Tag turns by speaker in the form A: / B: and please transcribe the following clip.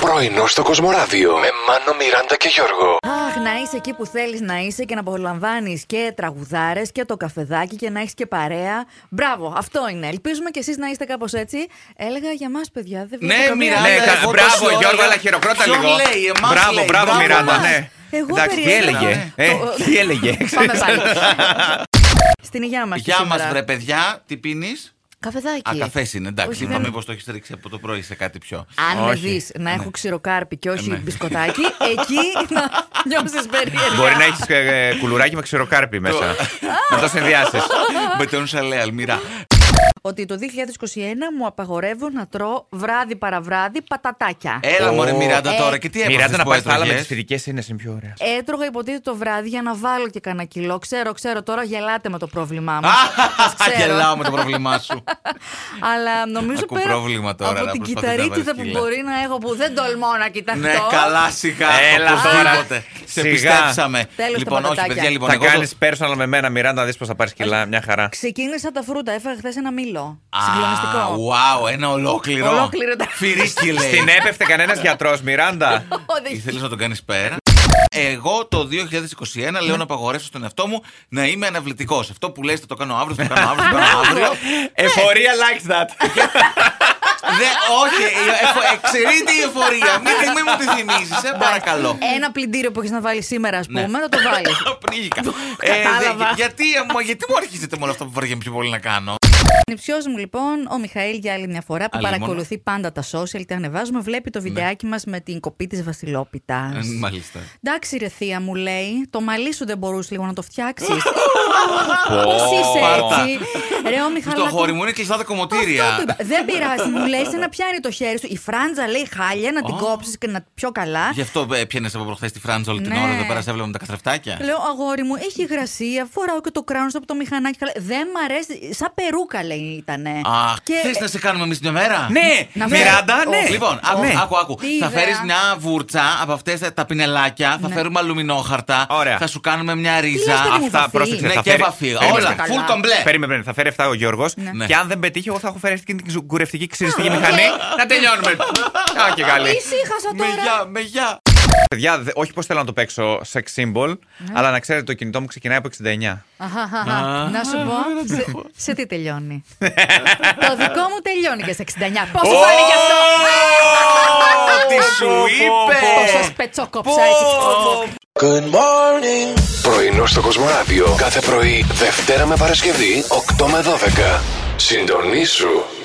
A: Πρωινό στο Κοσμοράδιο με Μάνο, Μιράντα και Γιώργο.
B: Αχ, να είσαι εκεί που θέλεις να είσαι και να απολαμβάνεις και τραγουδάρες και το καφεδάκι και να έχεις και παρέα. Μπράβο, αυτό είναι. Ελπίζουμε κι εσείς να είστε κάπως έτσι. Έλεγα για μας, παιδιά, δεν βλέπω.
C: Ναι,
B: καμία
C: Μιράντα,
B: άλλη.
C: ναι,
D: εγώ
C: μπράβο,
D: τόση ώρα.
C: Γιώργο, αλλά χειροκρότα
D: Ποιον
C: λίγο.
D: λέει, εμάς
C: μπράβο,
D: λέει,
C: μπράβο,
D: μπράβο
C: Μιράντα,
B: μας.
C: ναι.
B: Εγώ
C: Εντάξει, τι
B: περιέγραψα.
C: έλεγε.
B: Ναι.
C: ε,
B: Το-
C: Τι έλεγε.
B: Πάμε πάλι. Στην υγεία μας.
D: Γεια μα, βρε παιδιά, τι πίνεις.
B: Καφεδάκι.
D: Α, καφές είναι,
B: Όχι,
D: εντάξει. Είπα
B: δεν-
D: μήπω το έχεις ρίξει από το πρωί σε κάτι πιο.
B: Αν με
C: Όχι. Ναι.
B: δεις να έχω ξηροκάρπι και όχι
D: Ναι.
B: μπισκοτάκι, εκεί να νιώσεις περίεργα.
C: Μπορεί να έχεις κουλουράκι με ξεροκάρπι μέσα. Να το συνδυάσεις.
D: Μπετόν σαλέ, αλμυρά.
B: Ότι το 2021 μου απαγορεύουν να τρώω βράδυ παραβράδυ πατατάκια.
D: Έλα, μωρέ, Μιράντα
B: Ε,
D: τώρα και τι
C: Μιράντα
D: έπαθες
C: να
D: που
C: πάει στα άλλα με τι
D: έτρωγες.
C: θηρικέ είναι είναι πιο ωραία.
B: Έτρωγα υποτίθεται το βράδυ για να βάλω και κανένα κιλό. Ξέρω, ξέρω, τώρα γελάτε με το πρόβλημά μου. Σας
D: Α,
B: ξέρω.
D: Γελάω με το πρόβλημά σου.
B: Αλλά νομίζω
D: Ακού
B: πέρα
D: πρόβλημα τώρα,
B: από
D: αλλά
B: την
D: προσπαθείς να
B: κυταρίτιδα
D: βάλεις
B: που
D: κιλά.
B: μπορεί να έχω που δεν τολμώ να κοιταχτώ.
D: Ναι, καλά, σιγά.
C: Έλα
D: οπωσδήποτε.
C: τώρα.
D: Σε
C: Σιγά.
D: πιστέψαμε.
B: Τέλος τα
D: Λοιπόν, όχι,
B: πατατάκια.
D: παιδιά, λοιπόν.
C: Θα
D: εγώ το-
C: κάνεις personal με μένα, Μιράντα, να δεις πώς θα πάρεις κιλά. Μια χαρά.
B: Ξεκίνησα τα φρούτα, έφαγα χθες ένα μήλο.
D: Α,
B: Συγκλονιστικό.
D: wow, ένα ολόκληρο.
B: Ολόκληρο τα-
D: Φυρίσκι, λέει.
C: Στην έπεφτε κανένας γιατρός, Μιράντα.
B: Δεν-
D: Ήθελες να τον κάνεις πέρα. Εγώ το 2021
B: Ναι.
D: λέω να απαγορεύσω στον εαυτό μου να είμαι αναβλητικός. Αυτό που λες θα το κάνω αύριο, θα το κάνω αύριο, θα το κάνω αύριο.
C: Εφορία likes that.
D: Δεν, όχι, η εφο- εξαιρείται η εφορία. Μην τη- μην μου τη θυμίζεις,
C: Ναι.
D: σε παρακαλώ.
B: Ένα πλυντήριο που έχεις να βάλεις σήμερα, ας πούμε,
D: Ναι.
B: να το βάλεις.
D: Πνίγηκα. Ε,
B: Κατάλαβα.
D: δε- γιατί, μου- γιατί μου αρχίζετε με όλα αυτά που βαριέμαι πιο πολύ να κάνω.
B: Νηψιό μου λοιπόν, ο Μιχαήλ για άλλη μια φορά που
D: Άλλη μόνο. Ναι.
B: παρακολουθεί πάντα τα social, τα ανεβάζουμε, βλέπει το βιντεάκι μας με την κοπή της Βασιλόπιτα.
D: Ε, Μάλιστα.
B: Εντάξει, ρε θεία μου λέει, το μαλλί σου δεν μπορούσε λίγο να το φτιάξει. Πώ είσαι
D: πάρτα.
B: έτσι. Ρε, ο
D: Στο
B: Μιχαλάκο.
D: χώρι μου είναι κλειστά τα
B: Αυτό
D: κομμωτήρια.
B: του είπα. Δεν πειράζει, μου λέει να πιάνει το χέρι σου. Η φράντζα λέει χάλια, να την κόψεις και να πιο καλά.
D: Γι' αυτό πιένε από προχθές τη Φράντζ όλη την
B: Ναι.
D: ώρα εδώ πέρα, σε έβλεπα με τα καθρεφτάκια.
B: Λέω, αγόρι μου, έχει υγρασία. Φοράω και το κράνο από το μηχανάκι. καλά. Δεν μ' αρέσει. Σαν περούκα, λέει, ήτανε.
D: Αχ,
B: Και- ε,
D: θες να σε κάνουμε εμείς μια μέρα.
C: Ναι,
B: Να
C: Μιράντα,
B: φέρω-
C: ναι.
D: Λοιπόν, άκου,
C: Ναι.
D: άκου. άκου.
B: Τι
D: θα
B: ιδέα.
D: φέρεις μια βούρτσα από αυτές τα πινελάκια, θα φέρουμε αλουμινόχαρτα.
C: Ωραία.
D: Θα σου κάνουμε μια
B: λες, παιδί
D: ρίζα.
B: μου,
C: Αυτά
B: βαφή.
C: πρόσεξε.
D: Ναι,
C: θα
D: και
C: φέρει-
D: βαφή.
C: Περίμενε,
D: Όλα.
B: καλά.
D: Full κομπλέ.
C: Περίμενε, περίμενε. Θα φέρει 7 ο Γιώργος.
D: Ναι.
C: Και αν δεν πετύχει, εγώ θα έχω φέρει αυτή την κουρευτική ξυριστική
B: Α,
C: μηχανή.
B: οκ.
C: Να τελειώνουμε. Α, και καλή.
B: Ησύχασα
D: Με
B: τώρα.
D: γεια, με γεια.
C: Παιδιά, δε- όχι πώ θέλω να το παίξω sex symbol,
B: Ναι.
C: αλλά να ξέρετε το κινητό μου ξεκινάει από 69.
B: Αχα, αχα. Να σου πω, σε- σε τι τελειώνει. Το δικό μου τελειώνει και σε 69. Πόσο
C: Ω,
B: φάνηκε αυτό.
C: Τι σου είπε!
B: Πόσο σπετσόκοψα έτσι.
A: Πρωινό στο Κοσμοράδιο κάθε πρωί, Δευτέρα με Παρασκευή, 8 με 12. Συντονίσου